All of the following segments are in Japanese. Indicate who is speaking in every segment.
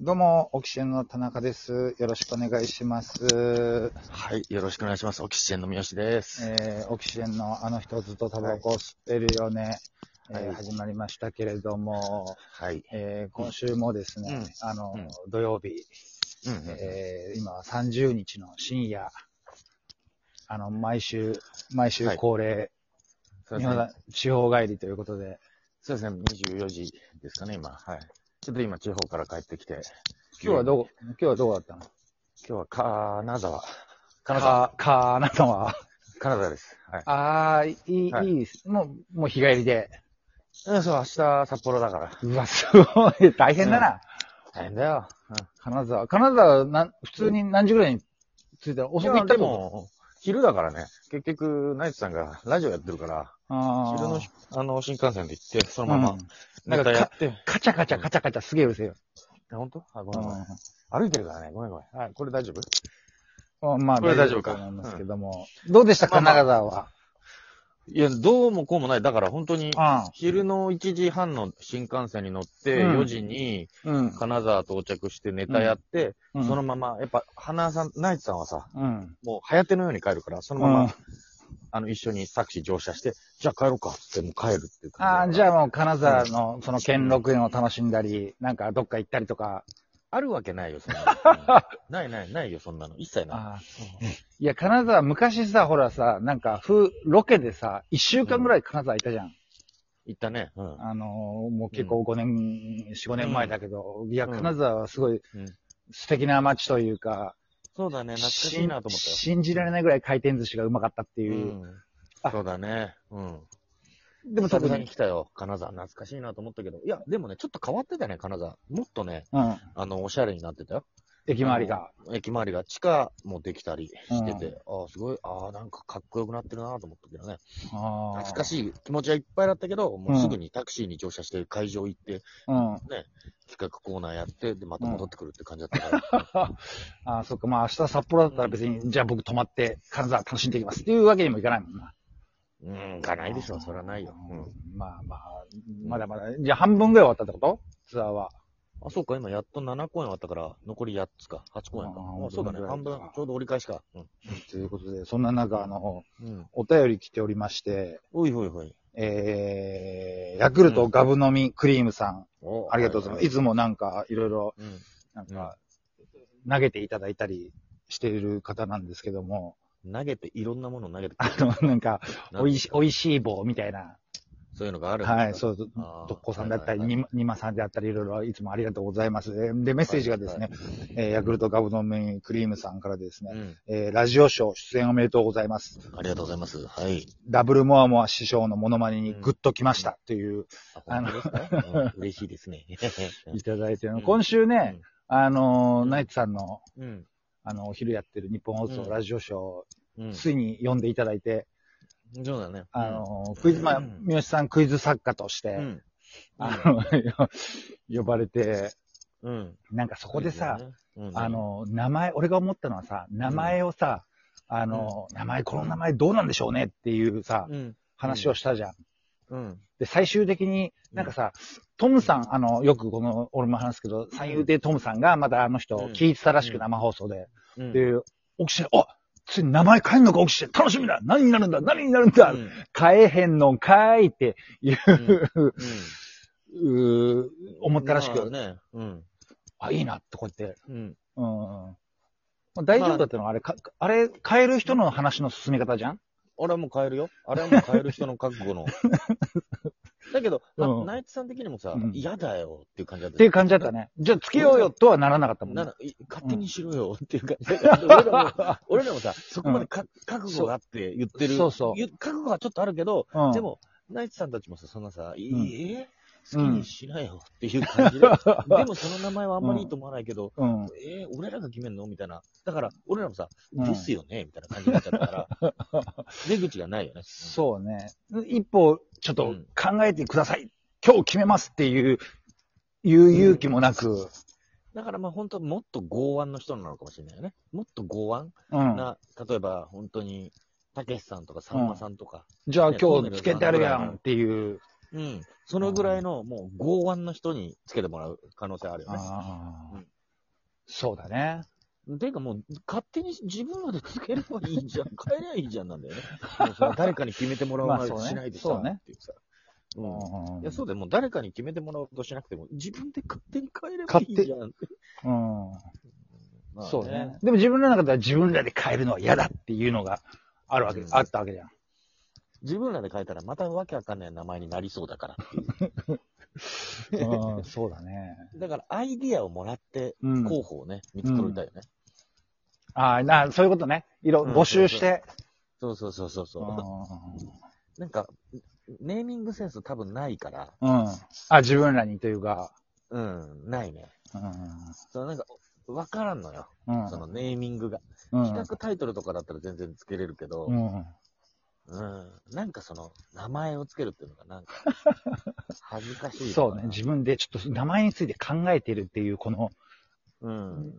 Speaker 1: どうも、オキシエンの田中です。よろしくお願いします。
Speaker 2: はい、よろしくお願いします。オキシジェンの三好です。
Speaker 1: えー、オキシエンのあの人ずっとタバコを吸ってるよね、えー
Speaker 2: はい
Speaker 1: 始まりましたけれども、
Speaker 2: はい。
Speaker 1: えー今週もですね、
Speaker 2: うん
Speaker 1: あの、
Speaker 2: うん
Speaker 1: 土曜日、
Speaker 2: うんうん、
Speaker 1: えー今は30日の深夜、あの、毎週、毎週恒例、
Speaker 2: そうです
Speaker 1: 皆さ
Speaker 2: ね
Speaker 1: ん。、地方帰りということで、
Speaker 2: そうですね。24時ですかね、今。はい。ちょっと今、地方から帰ってきて。
Speaker 1: 今日は
Speaker 2: う
Speaker 1: どこ、今日はどこだったの
Speaker 2: 今日は金沢。金沢。
Speaker 1: か、か、あなたは。
Speaker 2: 金沢です。はい。
Speaker 1: ああ、いい、
Speaker 2: はい
Speaker 1: い、いです。もう、もう日帰りで。
Speaker 2: うん、そう、明日、札幌だから。
Speaker 1: うわ、すごい。大変だな。
Speaker 2: 大変だよ。う
Speaker 1: 金沢。金沢、なん、普通に何時ぐらいに着いた遅く
Speaker 2: い
Speaker 1: 行
Speaker 2: や
Speaker 1: った
Speaker 2: で
Speaker 1: もん。
Speaker 2: も、昼だからね。結局、ナイツさんがラジオやってるから、
Speaker 1: あー
Speaker 2: 昼のひ、あの、新幹線で行って、そのま
Speaker 1: う
Speaker 2: ま
Speaker 1: ん、
Speaker 2: ネタやって。
Speaker 1: カチャカチャカチャカチャすげえうるせえよ。
Speaker 2: え本当あ、ご
Speaker 1: う
Speaker 2: めんごめん。歩いてるからね。ごめんごめん。はい、これ大丈夫
Speaker 1: んまあ、
Speaker 2: これ大丈夫か
Speaker 1: だと思いますけども。どうでした、
Speaker 2: まあ
Speaker 1: 神
Speaker 2: まあ
Speaker 1: 奈川は。
Speaker 2: いや、どうもこうもない。だから本当に、
Speaker 1: あ
Speaker 2: 昼の1時半の新幹線に乗って、
Speaker 1: うん
Speaker 2: 4時に
Speaker 1: うん。
Speaker 2: 金沢到着してネタやって、
Speaker 1: うん。
Speaker 2: そのまま、やっぱ、花さん、ナイツさんはさ、
Speaker 1: うん。
Speaker 2: もう、早手のように帰るから、そのまま、あの、一緒にタクシー乗車して、じゃあ帰ろうかっつって、もう帰るっていう
Speaker 1: あ
Speaker 2: 感
Speaker 1: あ、
Speaker 2: じ
Speaker 1: じ
Speaker 2: だから。
Speaker 1: ゃあもう金沢のその兼六園を楽しんだり、なんかどっか行ったりとか。
Speaker 2: あるわけないよ、そ んなの。ないないないよ、そんなの。一切ない。
Speaker 1: あーいや、金沢昔さ、ほらさ、なんか、ふ、ロケでさ、一週間ぐらい金沢いたじゃん。
Speaker 2: 行ったね。うん。
Speaker 1: あのーもう結構5年、4、5年前だけど、いや、
Speaker 2: うん
Speaker 1: 金沢はすごい
Speaker 2: うん
Speaker 1: 素敵な街というか、
Speaker 2: そうだね、懐かしいなと思ったよ。
Speaker 1: 信じられないぐらい回転寿司がうまかったって
Speaker 2: う
Speaker 1: いう。
Speaker 2: ん
Speaker 1: あ。
Speaker 2: そうだね。うん。
Speaker 1: でも特
Speaker 2: 久々に
Speaker 1: に、
Speaker 2: 来たよ、金沢。懐かしいなと思ったけど。いや、でもね、ちょっと変わってたね、金沢。もっとね、
Speaker 1: うん、
Speaker 2: あの、おしゃれになってたよ。
Speaker 1: 駅周りが。
Speaker 2: 駅周りが地下もできたりしてて、
Speaker 1: う
Speaker 2: ああ、すごい、ああ、なんかかっこよくなってるなと思ったけどね。
Speaker 1: 懐
Speaker 2: 懐か
Speaker 1: い。
Speaker 2: しい気持ちはいっぱいだったけど、もうんうすぐにタクシーに乗車して会場行って、
Speaker 1: うん。あ
Speaker 2: 企画コーナーやって、で、また戻ってくるって感じだった から。
Speaker 1: あ、そっか、まあ明日札幌だったら別に、じゃあ僕泊まって金沢楽しんでいきますっていうわけにもいかないもんな。
Speaker 2: うん、行かないでしょ、それはないよ。うん。
Speaker 1: まあまあ、まだまだ、じゃあ半分ぐらい終わったってことツアーは。
Speaker 2: あ、そうか、今やっと7公演終わったから、残り8つか、8公演か。
Speaker 1: あ
Speaker 2: あ
Speaker 1: ー
Speaker 2: そうだね、
Speaker 1: どん
Speaker 2: 半
Speaker 1: ぐらい
Speaker 2: 分、ちょうど折り返しか。うん。
Speaker 1: ということで、そんな中、あの、
Speaker 2: うん。
Speaker 1: お便り来ておりまして、
Speaker 2: おいおいおい。
Speaker 1: えー、ヤクルトガブ飲みクリームさん、
Speaker 2: お
Speaker 1: ありがとうございます。いつもなんか、いろいろ、
Speaker 2: うん。
Speaker 1: なんか、投げていただいたりしている方なんですけど も、
Speaker 2: 投げて、いろんなものを投げてく
Speaker 1: あ
Speaker 2: る。
Speaker 1: の、なんか、おいし、
Speaker 2: い。
Speaker 1: おいしい棒みたいな、
Speaker 2: そういうのがあるんですか
Speaker 1: はい、そう、
Speaker 2: あー
Speaker 1: 特攻さんだったり、
Speaker 2: はいはい
Speaker 1: にまにまさんであったり、いろいろいつもありがとうございます。えーで、メッセージがですね、えーヤクルトガブ飲みクリームさんからですね、
Speaker 2: うん。
Speaker 1: えーラジオショー出演おめでとうございます。
Speaker 2: ありがとうございます。はい。
Speaker 1: ダブルモアモア師匠のモノマネにグッときました、という、
Speaker 2: あの、うん嬉しいで すね。
Speaker 1: いただいてるの。
Speaker 2: うん
Speaker 1: 今週ね、あのー
Speaker 2: うん
Speaker 1: ナイツさんの、
Speaker 2: うん。
Speaker 1: あの、お昼やってる日本放送
Speaker 2: うん
Speaker 1: ラジオショーを、
Speaker 2: うん。
Speaker 1: ついに読んでいただいて、
Speaker 2: そうだね。
Speaker 1: あのークイズ、まあ、
Speaker 2: うん
Speaker 1: 三好さんクイズ作家として、
Speaker 2: うん、
Speaker 1: あの、呼ばれて、
Speaker 2: うん。うん。
Speaker 1: なんかそこでさ、
Speaker 2: うん、
Speaker 1: あのー名前、俺が思ったのはさ、名前をさ、あのー名前、この名前どうなんでしょうねっていうさ、
Speaker 2: うん、
Speaker 1: 話をしたじゃん。
Speaker 2: うん。
Speaker 1: で、最終的に、なんかさ、トムさん、あの、よくこの、俺も話すけど、三遊亭トムさんが、またあの人、
Speaker 2: うん
Speaker 1: 聞いてたらし
Speaker 2: う
Speaker 1: く
Speaker 2: ん
Speaker 1: 生放送で。
Speaker 2: うん、
Speaker 1: で、オキシエン、あついに名前変えんのか、オキシエン、楽しみだ何になるんだ何になるんだ、
Speaker 2: うん、
Speaker 1: 変えへんのかいっていう、
Speaker 2: う
Speaker 1: うー思っ
Speaker 2: ん。
Speaker 1: たらしく、
Speaker 2: まあね。うん。
Speaker 1: あ、いいなってこうやって。
Speaker 2: うん。
Speaker 1: うんうん。まあ大丈夫だったのは、あれ、かあれ、変える人の話の進め方じゃん
Speaker 2: 俺はもう変えるよ。あれはもう変える人の覚 悟の。だけど、あ
Speaker 1: うん
Speaker 2: ナイツさん的にもさ
Speaker 1: うん、
Speaker 2: 嫌、だよっていう感じだった。
Speaker 1: っていう感じだったね。じゃあ、つけようよとはならなかったもん
Speaker 2: な
Speaker 1: ね。
Speaker 2: ら、い勝手にしろよっていう感じだけど、俺らも 俺らもさ、そこまでか、覚悟があって言ってる。
Speaker 1: そうそう
Speaker 2: 言覚悟はちょっとあるけど、
Speaker 1: うん
Speaker 2: でも、ナイツさんたちもさ、そんなさ、いいえ
Speaker 1: う
Speaker 2: 好き
Speaker 1: ん
Speaker 2: にしなよっていう感 じで、でもその名前はあんまりいいと思わないけど、
Speaker 1: うん。
Speaker 2: えー俺らが決めんのみたいな。だから、俺らもさ、
Speaker 1: うん
Speaker 2: ですよねみたいな感じになっちゃったから、 出口がないよね。
Speaker 1: そうね。一歩、ちょっ
Speaker 2: う
Speaker 1: と
Speaker 2: ん
Speaker 1: 考えてください。今日決めますっていう、いう勇気もなく、
Speaker 2: だからまあ本当もっと剛腕の人なのかもしれないよね。もっと剛腕
Speaker 1: うん。
Speaker 2: な、例えば本当に、たけしさんとかさんまさんとか、
Speaker 1: じゃあ今日つけてやるやんっていう、
Speaker 2: うん。そのぐらいの、もう、剛腕の人につけてもらう可能性あるよね。
Speaker 1: ああ
Speaker 2: うん
Speaker 1: そうだね。
Speaker 2: ていうかもう、勝手に自分らでつければいいじゃん。変えりゃいいじゃんな んだよね。もうその誰かに決めてもらうまで
Speaker 1: まあそうね
Speaker 2: しないで
Speaker 1: そ
Speaker 2: さ
Speaker 1: う、ね
Speaker 2: っていうさ。
Speaker 1: う
Speaker 2: うん
Speaker 1: ん
Speaker 2: いや、そうでもう誰かに決めてもらおうとしなくても、自分で勝手に変えればい
Speaker 1: 勝手
Speaker 2: いじゃん。
Speaker 1: うん
Speaker 2: まあ
Speaker 1: そうね。。でも自分の中では自分らで変えるのは嫌だっていうのがあるわけ、
Speaker 2: うん
Speaker 1: あったわけじゃん。
Speaker 2: 自分らで変えたら、またわけわかんない名前になりそうだからっていう。
Speaker 1: うん、 そうだね。
Speaker 2: だから、アイディアをもらって、
Speaker 1: うん
Speaker 2: 候補をね、見繕いたいよね。
Speaker 1: ああ、な、そういうことね。いろ、
Speaker 2: うん
Speaker 1: 募集して。
Speaker 2: そうそうそうそうそう。なんか、ネーミングセンス多分ないから、
Speaker 1: うん。うんあ、自分らにというか、
Speaker 2: うん、ないね。
Speaker 1: う
Speaker 2: そのなんか、わからんのよ。
Speaker 1: ん。うん。
Speaker 2: そのネーミングが。
Speaker 1: うん、
Speaker 2: 企画タイトルとかだったら全然つけれるけど、
Speaker 1: うん。
Speaker 2: うん、なんかその、名前をつけるっていうの がなんか、恥ずかしい。
Speaker 1: そうね。自分でちょっと名前について考えてるっていう、この、
Speaker 2: うん。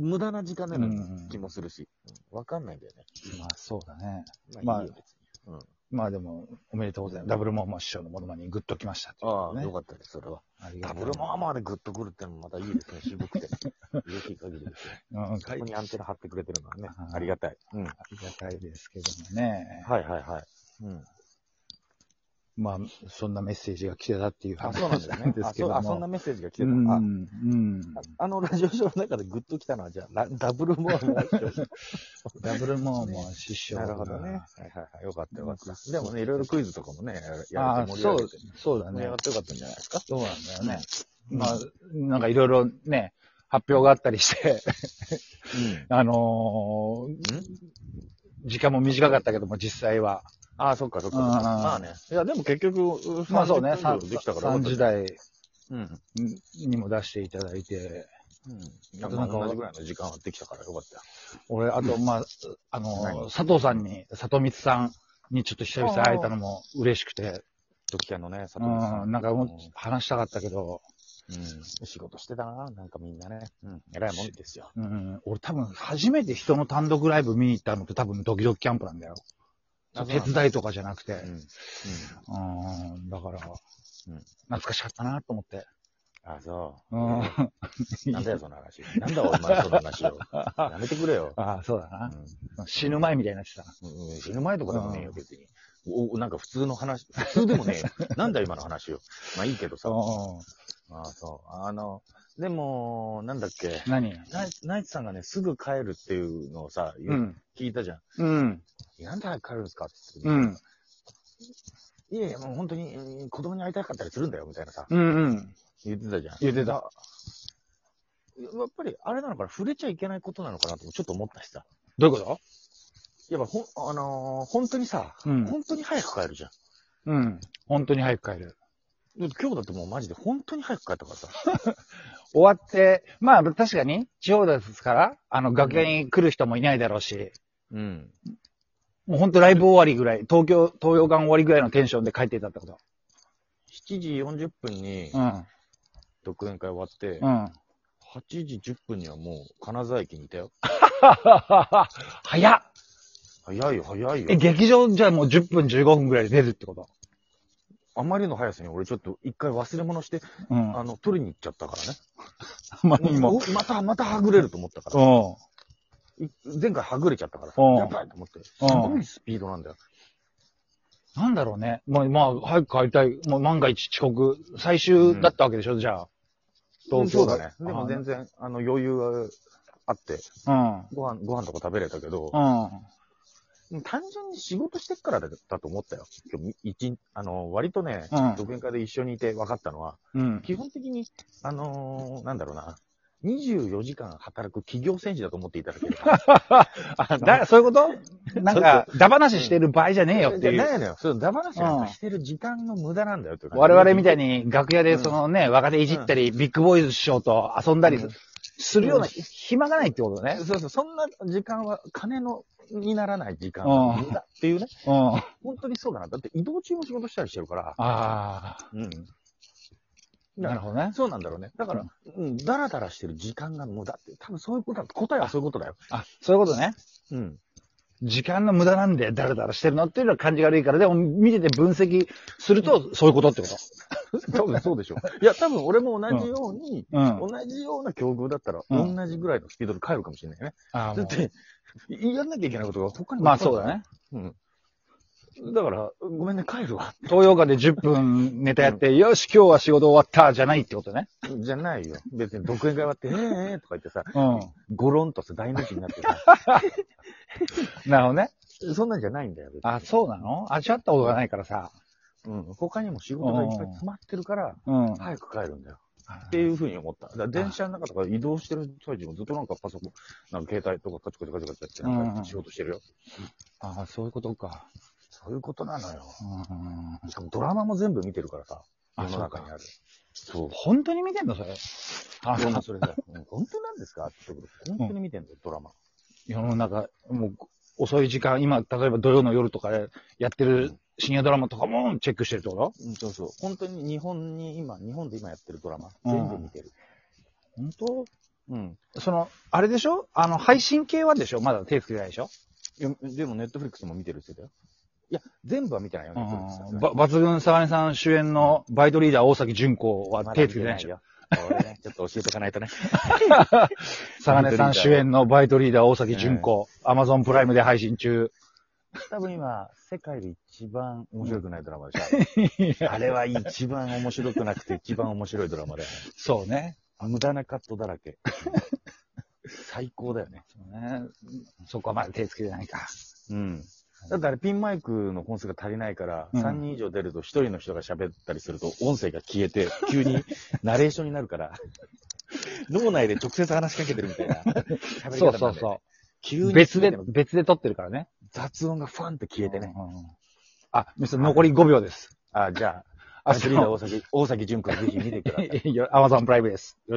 Speaker 2: 無駄な時間なの
Speaker 1: うん
Speaker 2: 気もするし、うんわかんないんだよね。
Speaker 1: まあそうだね。
Speaker 2: ま
Speaker 1: ま
Speaker 2: あ
Speaker 1: あ
Speaker 2: いいよ、別に。うん。
Speaker 1: まあでも、おめでとうございます。ダブルモーモン師匠のものまねにグッときましたっていう
Speaker 2: あ
Speaker 1: こと
Speaker 2: あ、
Speaker 1: ね
Speaker 2: よかったです、それは。
Speaker 1: ありが
Speaker 2: ダ
Speaker 1: とう
Speaker 2: ブルマーマーでグッとくるってのもまたいいですね、渋くて。 嬉しい限りですよ。
Speaker 1: うん、
Speaker 2: そこにアンテナ張ってくれてるのはね
Speaker 1: は、い
Speaker 2: ありがたい。うん。は
Speaker 1: ありがたいですけどもね。
Speaker 2: いはいはい。うん。
Speaker 1: まあ、そんなメッセージが来てたっていう
Speaker 2: あ、そうなん
Speaker 1: 話
Speaker 2: だよ
Speaker 1: なん
Speaker 2: ね
Speaker 1: で。
Speaker 2: あ
Speaker 1: すけど
Speaker 2: そう
Speaker 1: も。
Speaker 2: あ、そんなメッセージが来て
Speaker 1: う
Speaker 2: た。
Speaker 1: ん、
Speaker 2: あ
Speaker 1: うん。
Speaker 2: あのラジオショーの中でグッと来たのは、じゃあ、ラダブルモーマーでしょ
Speaker 1: ダブルモーモン師匠が
Speaker 2: なるほどね。はいはいはい。よかったよかった。でもね、いろいろクイズとかもね、やる
Speaker 1: あ
Speaker 2: や
Speaker 1: あ、
Speaker 2: る
Speaker 1: そう、そうだ
Speaker 2: 盛り上
Speaker 1: ね
Speaker 2: がっ。てよかったんじゃないですか。
Speaker 1: そうなんだよね。
Speaker 2: うん
Speaker 1: まあ、なんかいろいろね、発表があったりして、 あのー
Speaker 2: うん。
Speaker 1: 時間も短かったけども、実際は。
Speaker 2: ああ、そっかそっか。
Speaker 1: うん
Speaker 2: まあね。いや、でも結局、
Speaker 1: まあそうね、
Speaker 2: 30
Speaker 1: 3,
Speaker 2: 分できたからよかった
Speaker 1: 時。台
Speaker 2: うん。
Speaker 1: にも出していただいて、
Speaker 2: うん。
Speaker 1: あ
Speaker 2: なん
Speaker 1: とな
Speaker 2: か
Speaker 1: んか
Speaker 2: 同じぐらいの時間はできたからよかったよ。
Speaker 1: 俺、あと、まあ、あ
Speaker 2: 何
Speaker 1: の、佐藤さんに、里光さんにちょっと久々会えたのも嬉しくて、
Speaker 2: ドッキャンのね、佐藤さ
Speaker 1: うん、なんかもう
Speaker 2: う
Speaker 1: 話したかったけど、
Speaker 2: うん。仕事してたな、なんかみんなね。うん。偉いもんですよ。
Speaker 1: うん、俺多分初めて人の単独ライブ見に行ったのって多分ドキドキキャンプなんだよ。
Speaker 2: あそう
Speaker 1: 手
Speaker 2: なんだ
Speaker 1: 伝いとかじゃなくて。
Speaker 2: うん。うん。
Speaker 1: うん、だから、
Speaker 2: うん
Speaker 1: 懐かしかったなと思って。
Speaker 2: あ、そう。
Speaker 1: う
Speaker 2: なんだよ、その話。なんだ、お前、その話を。やめてくれよ。
Speaker 1: ああ、そうだ
Speaker 2: う
Speaker 1: な、
Speaker 2: ん
Speaker 1: 死ぬ前みたいになってたな。
Speaker 2: うん死ぬ前とかでもねえよ
Speaker 1: う、ん
Speaker 2: 別に。お、おなんか普通の話、普通でも ねえよ。なんだよ今の話よ。まあいいけどさ。
Speaker 1: う
Speaker 2: ああ、そう。あの、でも、なんだっけ。
Speaker 1: ん。何
Speaker 2: ナイナイツさんがね、すぐ帰るっていうのをさ、言う
Speaker 1: うん。
Speaker 2: 聞いたじゃん。
Speaker 1: うん。
Speaker 2: いやなんで早く帰るんですかって言って、
Speaker 1: うん。
Speaker 2: いやいや、もう本当にうん子供に会いたかったりするんだよ、みたいなさ、
Speaker 1: うんうん。
Speaker 2: 言ってたじゃん。
Speaker 1: 言ってた
Speaker 2: あ。やっぱり、あれなのかな、触れちゃいけないことなのかなともちょっと思ったしさ。
Speaker 1: どういうこ
Speaker 2: やっぱほん、あのー本当にさ、
Speaker 1: とうん。
Speaker 2: 本当に早く帰るじゃん。
Speaker 1: うん。本当に早く帰る。
Speaker 2: だって今日だってもうマジで本当に早く帰ったからさ。
Speaker 1: 終わって、まあ確かに、地方ですから、あの、楽屋に来る人もいないだろうし、
Speaker 2: うん。
Speaker 1: もう本当ライブ終わりぐらい、東京、東洋館終わりぐらいのテンションで帰っていたってこと。
Speaker 2: 7時40分に
Speaker 1: うん。
Speaker 2: 独演会終わって、
Speaker 1: うん。
Speaker 2: 8時10分にはもう金沢駅にいたよ。
Speaker 1: 早っ
Speaker 2: 早いよ、早いよ
Speaker 1: え、。劇場じゃあもう10分15分ぐらいで出るってこと
Speaker 2: あまりの速さに俺ちょっと一回忘れ物して、
Speaker 1: うん。
Speaker 2: あ
Speaker 1: あ
Speaker 2: の、取りに行っちゃったからね。
Speaker 1: まりに
Speaker 2: お
Speaker 1: も。
Speaker 2: また、またはぐれると思ったか
Speaker 1: う
Speaker 2: ら。
Speaker 1: ん。
Speaker 2: い前回はぐれちゃったからさ。
Speaker 1: うん
Speaker 2: やばいと思って。す
Speaker 1: う
Speaker 2: ご
Speaker 1: ん
Speaker 2: いスピードなんだよ。
Speaker 1: なんだろうね。まあ、まあ、早く帰りたい。もう万が一遅刻、最終だったわけでしょ、じゃあ。東
Speaker 2: そ
Speaker 1: 京
Speaker 2: うだね。でも全然、あの、余裕はあって、
Speaker 1: うん。
Speaker 2: ご飯、ご飯とか食べれたけど、
Speaker 1: うん。
Speaker 2: 単純に仕事してっからだだと思ったよ。今日、一日、あの、割とね、
Speaker 1: うん
Speaker 2: 独演会で一緒にいて分かったのは、
Speaker 1: うん。
Speaker 2: 基本的に、あのーなんだろうな、24時間働く企業戦士だと思っていただけれ ば。あの
Speaker 1: だ、そういうことなんか、ダバなししてる場合じゃねえよってい
Speaker 2: じゃ
Speaker 1: う。
Speaker 2: ないのよ。その、だまなしなんかしてる時間の無駄なんだよっていう感じ
Speaker 1: 我々みたいに楽屋でそのね、若手いじったり、ビッグボーイズ師匠と遊んだり
Speaker 2: うん
Speaker 1: するような暇がないってことね。
Speaker 2: そうそう、そんな時間は金の、にならない時間
Speaker 1: うん
Speaker 2: 無駄っていうね。
Speaker 1: うん。あ
Speaker 2: 本当にそうだな。だって移動中も仕事したりしてるから。
Speaker 1: あ
Speaker 2: うん。
Speaker 1: ー。なるほどね。
Speaker 2: そうなんだろうね。だから、うん、だらだらしてる時間が無駄って、多分そういうことだ。答えはそういうことだよ。
Speaker 1: あ、そういうことね。
Speaker 2: うん。
Speaker 1: 時間の無駄なんで、だらだらしてるのっていうのは感じが悪いから、でも見てて分析すると、そういうことってこと。
Speaker 2: 多分そうでしょ。いや、多分俺も同じように、
Speaker 1: うん。
Speaker 2: 同じような境遇だったら、
Speaker 1: うん
Speaker 2: 同じぐらいのスピードで帰るかもしれないよね。
Speaker 1: ああも
Speaker 2: だっ
Speaker 1: う
Speaker 2: て、やんなきゃいけないことが他にも
Speaker 1: まあそうだ。ね。
Speaker 2: うん。だから、ごめんね、帰るわ。
Speaker 1: 東洋館で10分ネタやって、よし、今日は仕事終わった、じゃないってことね。
Speaker 2: じゃないよ。別に独演会終わって、えー、えーとか言ってさ、
Speaker 1: うん。
Speaker 2: ゴロンとさ、大の字になってさ、
Speaker 1: なるほどね。
Speaker 2: そんなんじゃないんだよ。別に
Speaker 1: あ、そうなの味わったことがないからさ。
Speaker 2: うん。他にも仕事がいっぱい詰まってるから、
Speaker 1: うん。
Speaker 2: 早く帰るんだよ。っ
Speaker 1: って
Speaker 2: いうふうに思った。だから電車の中とか移動してる最中もずっとなんかパソコン、なんか携帯とかカチカチカチカチやって、なんか仕事してるよ。
Speaker 1: ああ、そういうことか。
Speaker 2: そういうことなのよ。
Speaker 1: うん。
Speaker 2: しかもドラマも全部見てるからさ、世
Speaker 1: あ
Speaker 2: の
Speaker 1: そう
Speaker 2: 中に
Speaker 1: か。
Speaker 2: ある。そう。
Speaker 1: 本当に見てんのそれ。あ
Speaker 2: そんなそれだよ。うん本当なんですかってところ、本当に見てんだよ、ドラマ。
Speaker 1: 世の中、もう、遅い時間、今、例えば土曜の夜とかでやってる深夜ドラマとかもチェックしてるってこと
Speaker 2: うん、そうそう。本当に日本に今、日本で今やってるドラマ、
Speaker 1: うん
Speaker 2: 全部見てる。
Speaker 1: 本
Speaker 2: うん。
Speaker 1: 当その、あれでしょあの、配信系はでしょまだ手つけてないでしょ
Speaker 2: いやでも、ネットフリックスも見てるって言ってたよ。いや、全部は見てないよ、ネットフリックスは
Speaker 1: ば抜群沢根さん主演のバイトリーダー大崎淳子は
Speaker 2: まだ
Speaker 1: 手つけてないでしょ
Speaker 2: よ。これね、ちょっと教えていかないとね。
Speaker 1: 沢根さん主演のバイトリーダー大崎淳子、アマゾンプライムで配信中。
Speaker 2: 多分今、世界で一番面白くないドラマでし ょ。あれは一番面白くなくて一番面白いドラマで。
Speaker 1: そうね。
Speaker 2: 無駄なカットだらけ。最高だよね。
Speaker 1: そうね。そこはまだ手つけてないか。
Speaker 2: うん。だってあれピンマイクの本数が足りないから、
Speaker 1: うん
Speaker 2: 3人以上出ると1人の人が喋ったりすると音声が消えて、急にナレーションになるから、脳内で直接話しかけてるみたいな。喋り
Speaker 1: そ
Speaker 2: 方
Speaker 1: うそう
Speaker 2: う。
Speaker 1: そ
Speaker 2: 急
Speaker 1: う。
Speaker 2: に
Speaker 1: 別で、別で撮ってるからね。
Speaker 2: 雑音がファンって消えてね。
Speaker 1: うんうんうん。あ、ミス残り5秒です。
Speaker 2: あ、じゃ
Speaker 1: あ
Speaker 2: あ、アスリーダー大崎、大崎淳君ぜひ見てください。
Speaker 1: いやアマゾンプライムです。